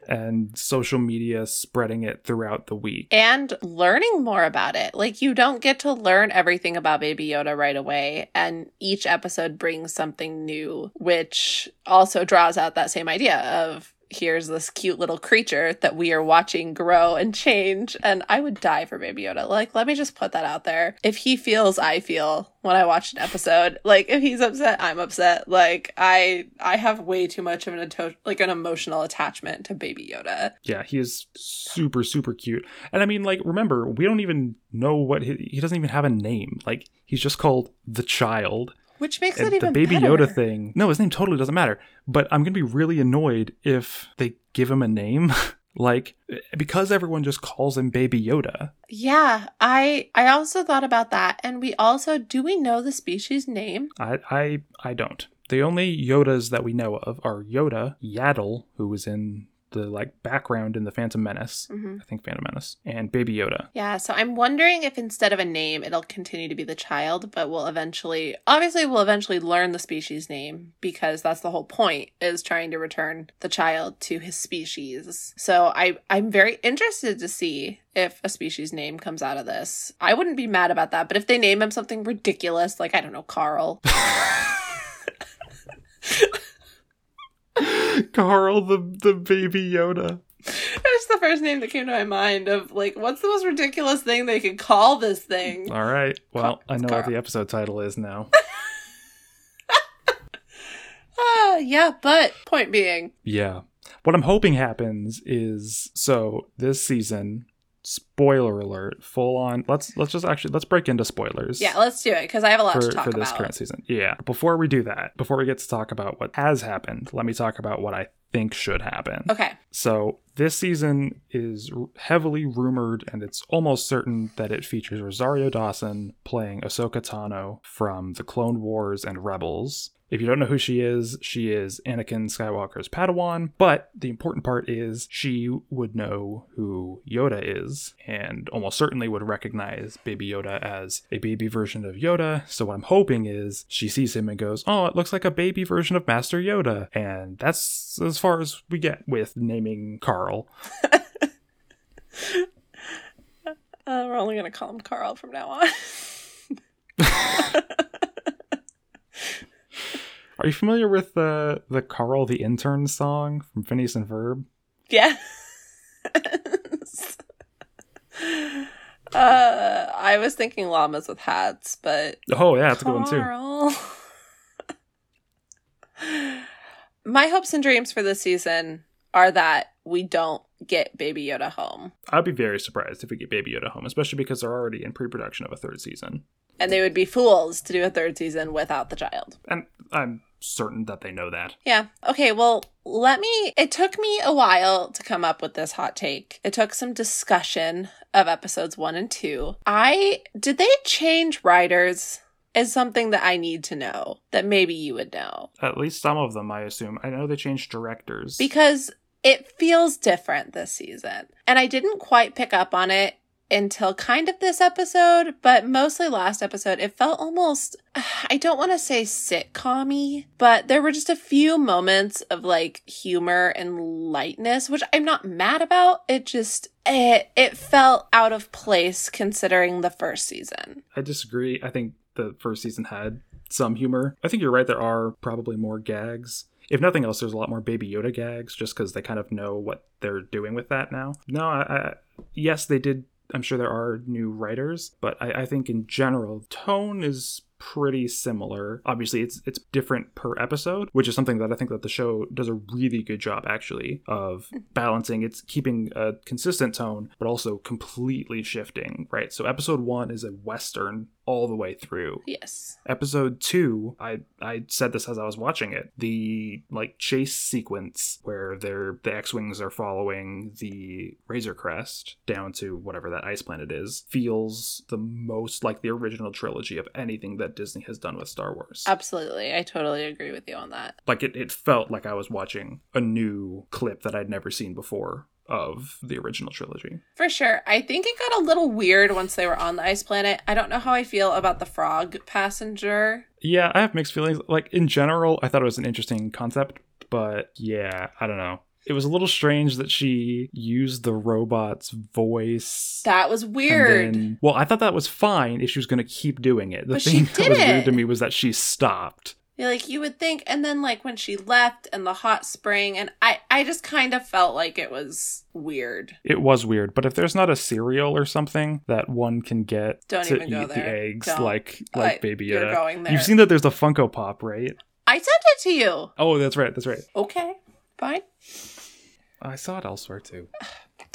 S2: and social media spreading it throughout the week.
S1: and learning more about it. Like you don't get to learn everything about Baby Yoda right away, and each episode brings something new, which also draws out that same idea of here's this cute little creature that we are watching grow and change. And I would die for Baby Yoda. Like, let me just put that out there. If he feels I feel when I watch an episode, like if he's upset, I'm upset. Like I I have way too much of an ato- like an emotional attachment to Baby Yoda.
S2: Yeah, he is super, super cute. And I mean, like, remember, we don't even know what he, he doesn't even have a name. Like, he's just called the child.
S1: Which makes
S2: And
S1: it even
S2: the Baby
S1: better.
S2: Yoda thing. No, his name totally doesn't matter. But I'm gonna be really annoyed if they give him a name, like because everyone just calls him Baby Yoda.
S1: Yeah, I I also thought about that. And we also do we know the species name?
S2: I I I don't. The only Yodas that we know of are Yoda, Yaddle, who was in the like background in the Phantom Menace.
S1: Mm-hmm.
S2: I think Phantom Menace and Baby Yoda.
S1: Yeah, so I'm wondering if instead of a name, it'll continue to be the child, but we'll eventually, obviously, we'll eventually learn the species name because that's the whole point is trying to return the child to his species. So I, I'm very interested to see if a species name comes out of this. I wouldn't be mad about that, but if they name him something ridiculous, like, I don't know, Carl.
S2: Carl the the Baby Yoda.
S1: That's the first name that came to my mind of like, what's the most ridiculous thing they could call this thing?
S2: All right. Well, I know what
S1: Carl.
S2: the episode title is now.
S1: Ah, yeah, but point being,
S2: Yeah. What I'm hoping happens is so this season, spoiler alert, full on. Let's let's just actually let's break into spoilers.
S1: yeah, let's do it because I have a lot
S2: For,
S1: to talk
S2: for
S1: about.
S2: this current season. Yeah. Before we do that, before we get to talk about what has happened, let me talk about what I think should happen.
S1: Okay.
S2: So this season is r- heavily rumored, and it's almost certain that it features Rosario Dawson playing Ahsoka Tano from the Clone Wars and Rebels. If you don't know who she is, she is Anakin Skywalker's Padawan, but the important part is she would know who Yoda is and almost certainly would recognize Baby Yoda as a baby version of Yoda. So, what I'm hoping is she sees him and goes, Oh, it looks like a baby version of Master Yoda. And that's as far as we get with naming Carl.
S1: Uh, we're only going to call him Carl from now on.
S2: Are you familiar with the, the Carl the Intern song from Phineas and Verb?
S1: yeah. uh, I was thinking llamas with hats, but
S2: Oh, yeah, that's a good one too.
S1: Carl. My hopes and dreams for this season are that we don't get Baby Yoda home.
S2: I'd be very surprised if we get Baby Yoda home, especially because they're already in pre production of a third season.
S1: And they would be fools to do a third season without the child.
S2: And I'm certain that they know that.
S1: Yeah. Okay. Well, let me. It took me a while to come up with this hot take. It took some discussion of episodes one and two. I. Did they change writers? Is something that I need to know that maybe you would know
S2: At least some of them, I assume. I know they changed directors.
S1: because it feels different this season. And I didn't quite pick up on it until kind of this episode, but mostly last episode. It felt almost, I don't want to say sitcom but there were just a few moments of like humor and lightness, which I'm not mad about. It just, it, it felt out of place considering the first season.
S2: I disagree. I think the first season had some humor. I think you're right. There are probably more gags. If nothing else, there's a lot more Baby Yoda gags just because they kind of know what they're doing with that now. No, I, I yes, they did. I'm sure there are new writers, but I, I think in general, tone is pretty similar. Obviously, it's it's different per episode, which is something that I think that the show does a really good job actually of balancing. It's keeping a consistent tone, but also completely shifting. Right. So episode one is a western all the way through
S1: Yes.
S2: episode two i i said this as i was watching it the like chase sequence where they're the x-wings are following the razor crest down to whatever that ice planet is feels the most like the original trilogy of anything that disney has done with star wars
S1: Absolutely. I totally agree with you on that.
S2: like it, it felt like i was watching a new clip that i'd never seen before of the original trilogy
S1: For sure. I think it got a little weird once they were on the ice planet. I don't know how I feel about the frog passenger.
S2: Yeah, I have mixed feelings. Like in general, I thought it was an interesting concept, but yeah, I don't know. It was a little strange that she used the robot's voice.
S1: That was
S2: and
S1: weird.
S2: then- well, I thought that was fine if she was going to keep doing it. The
S1: But she
S2: thing that was weird to
S1: didn't.
S2: me was that she stopped.
S1: Yeah, like you would think and then like when she left and the hot spring and I I just kind of felt like it was weird.
S2: It was weird, but if there's not a cereal or something that one can get
S1: Don't
S2: to
S1: even go
S2: eat the
S1: there.
S2: eggs,
S1: Don't.
S2: like like
S1: I-
S2: Baby
S1: You're
S2: Yoda.
S1: going there.
S2: You've seen that there's the Funko Pop, right?
S1: I sent it to you.
S2: Oh, that's right, that's right.
S1: Okay. Fine.
S2: I saw it elsewhere too.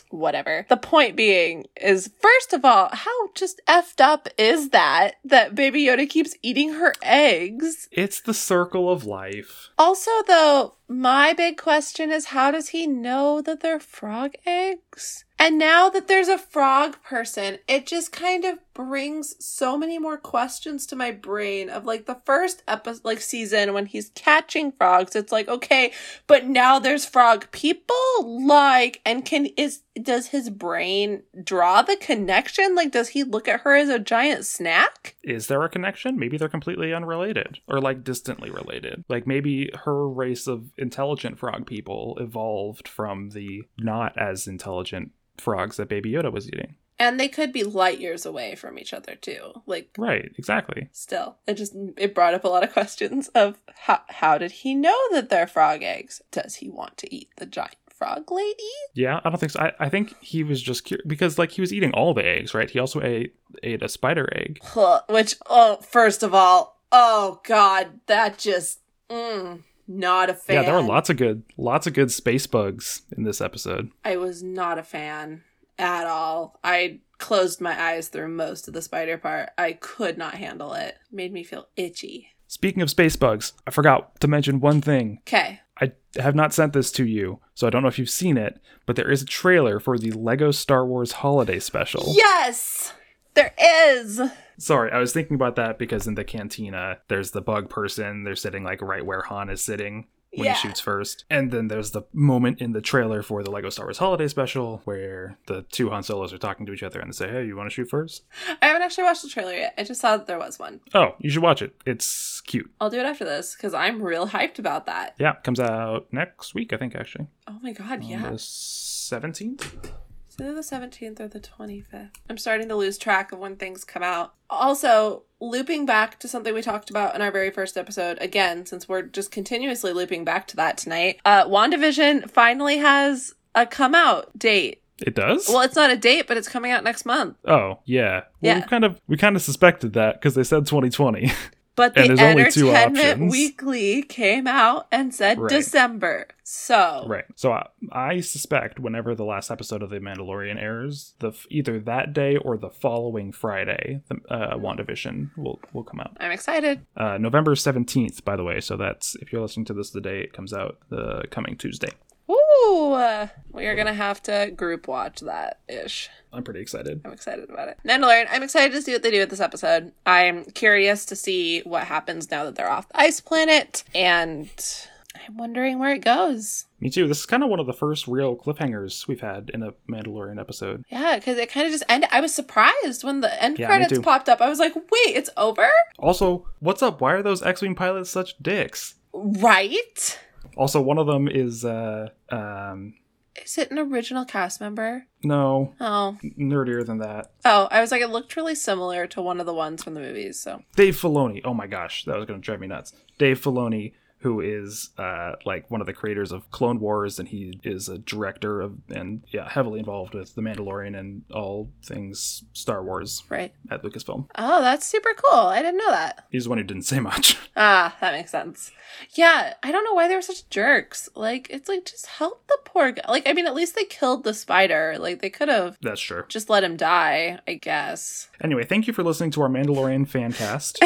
S1: whatever. The point being is, first of all, how just effed up is that that Baby Yoda keeps eating her eggs?
S2: It's the circle of life.
S1: Also, though, my big question is how does he know that they're frog eggs? And now that there's a frog person, it just kind of brings so many more questions to my brain of like the first episode, like season when he's catching frogs. It's like, okay, but now there's frog people? Like, and can, is, does his brain draw the connection? Like, does he look at her as a giant snack?
S2: Is there a connection? Maybe they're completely unrelated or like distantly related. Like maybe her race of intelligent frog people evolved from the not as intelligent frogs that Baby Yoda was eating.
S1: And they could be light years away from each other too. Like,
S2: Right, exactly.
S1: still it just it brought up a lot of questions of how, how did he know that they're frog eggs does he want to eat the giant frog lady
S2: Yeah, I don't think so. I, I think he was just curious because like he was eating all the eggs, right? He also ate ate a spider egg.
S1: Huh, which oh first of all oh god that just mm, not a fan
S2: Yeah, there were lots of good lots of good space bugs in this episode.
S1: i was not a fan at all i closed my eyes through most of the spider part i could not handle it made me feel itchy
S2: Speaking of space bugs, I forgot to mention one thing.
S1: okay
S2: I have not sent this to you, so I don't know if you've seen it, but there is a trailer for the Lego Star Wars Holiday Special.
S1: yes there is
S2: Sorry, I was thinking about that because in the cantina, there's the bug person. They're sitting like right where Han is sitting when
S1: Yeah.
S2: he shoots first. And then there's the moment in the trailer for the Lego Star Wars Holiday Special where the two Han Solos are talking to each other and they say, "Hey, you want to shoot first?
S1: i haven't actually watched the trailer yet i just saw that there was one
S2: Oh, you should watch it. It's cute.
S1: I'll do it after this because I'm real hyped about that.
S2: Yeah, comes out next week, I think actually.
S1: Oh my god,
S2: On
S1: yeah.
S2: the 17th.
S1: It's either the 17th or the 25th. I'm starting to lose track of when things come out. Also, looping back to something we talked about in our very first episode, again, since we're just continuously looping back to that tonight, uh, WandaVision finally has a come out date.
S2: It does?
S1: Well, it's not a date, but it's coming out next month.
S2: Oh yeah. Well,
S1: Yeah.
S2: we kind of we kind of suspected that because they said 2020.
S1: But the
S2: And there's only two
S1: Entertainment
S2: options.
S1: Weekly came out and said
S2: Right.
S1: December. So,
S2: right. So I, I suspect whenever the last episode of The Mandalorian airs, the f- either that day or the following Friday, the uh, WandaVision will will come out.
S1: I'm excited.
S2: Uh, November 17th, by the way. So that's if you're listening to this the day it comes out, the coming Tuesday.
S1: Ooh, uh, we are gonna have to group watch that ish.
S2: I'm pretty excited.
S1: I'm excited about it. Mandalorian, I'm excited to see what they do with this episode. I'm curious to see what happens now that they're off the ice planet, and I'm wondering where it goes.
S2: Me too. This is kind of one of the first real cliffhangers we've had in a Mandalorian episode.
S1: Yeah, because it kind of just ended. I was surprised when the end
S2: Yeah, me
S1: credits
S2: too.
S1: popped up. I was like, wait, it's over?
S2: Also, what's up? Why are those X-wing pilots such dicks?
S1: Right?
S2: Also, one of them is uh um
S1: Is it an original cast member?
S2: no
S1: Oh.
S2: nerdier than that.
S1: Oh, I was like, it looked really similar to one of the ones from the movies, so.
S2: Dave Filoni. Oh my gosh, that was going to drive me nuts. Dave Filoni, who is uh, like one of the creators of Clone Wars, and he is a director of and yeah, heavily involved with The Mandalorian and all things Star Wars
S1: Right.
S2: at Lucasfilm.
S1: Oh, that's super cool. I didn't know that.
S2: He's the one who didn't say much.
S1: Ah, that makes sense. Yeah, I don't know why they were such jerks. Like, it's like, just help the poor guy. Like, I mean, at least they killed the spider. Like, they could have
S2: That's true.
S1: just let him die, I guess.
S2: Anyway, thank you for listening to our Mandalorian fan cast.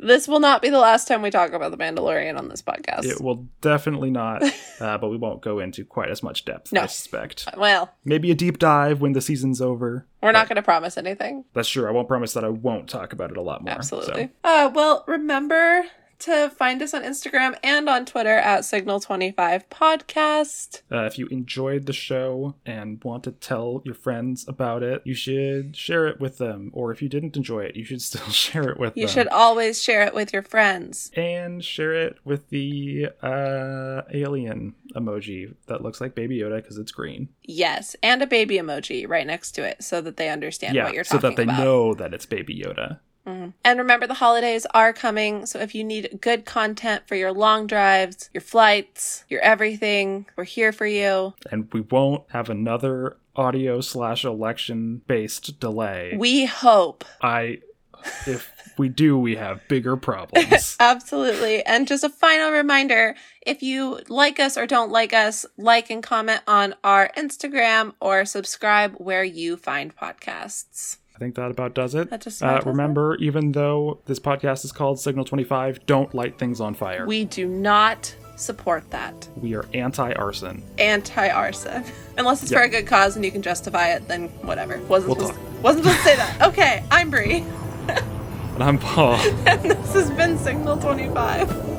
S1: this will not be the last time we talk about the Mandalorian on this podcast.
S2: it will definitely not, uh, but we won't go into quite as much depth.
S1: No.
S2: I suspect
S1: well,
S2: maybe a deep dive when the season's over.
S1: we're not going to promise anything.
S2: That's true. I won't promise that I won't talk about it a lot more. so.
S1: Absolutely. Uh, well, remember to find us on Instagram and on Twitter at Signal25Podcast.
S2: Uh, if you enjoyed the show and want to tell your friends about it, you should share it with them. Or if you didn't enjoy it, you should still share it with
S1: You
S2: them.
S1: should always share it with your friends.
S2: And share it with the uh, alien emoji that looks like Baby Yoda because it's green.
S1: Yes, and a baby emoji right next to it so that they understand
S2: yeah,
S1: what you're
S2: so
S1: talking about. Mm-hmm.
S2: that they know that it's Baby Yoda.
S1: And remember, the holidays are coming. So if you need good content for your long drives, your flights, your everything, we're here for you.
S2: And we won't have another audio slash election based delay.
S1: We hope.
S2: I, if we do, we have bigger problems.
S1: Absolutely. And just a final reminder if you like us or don't like us, like and comment on our Instagram or subscribe where you find podcasts.
S2: I think that about does it.
S1: That just about
S2: uh,
S1: does it.
S2: remember, even though this podcast is called Signal 25, don't light things on fire.
S1: We do not support that.
S2: we are anti arson.
S1: Anti arson. Unless it's
S2: Yeah.
S1: for a good cause and you can justify it, then whatever. Wasn't,
S2: We'll
S1: supposed, wasn't supposed to say that. Okay, I'm Bree.
S2: And I'm Paul.
S1: And this has been Signal 25.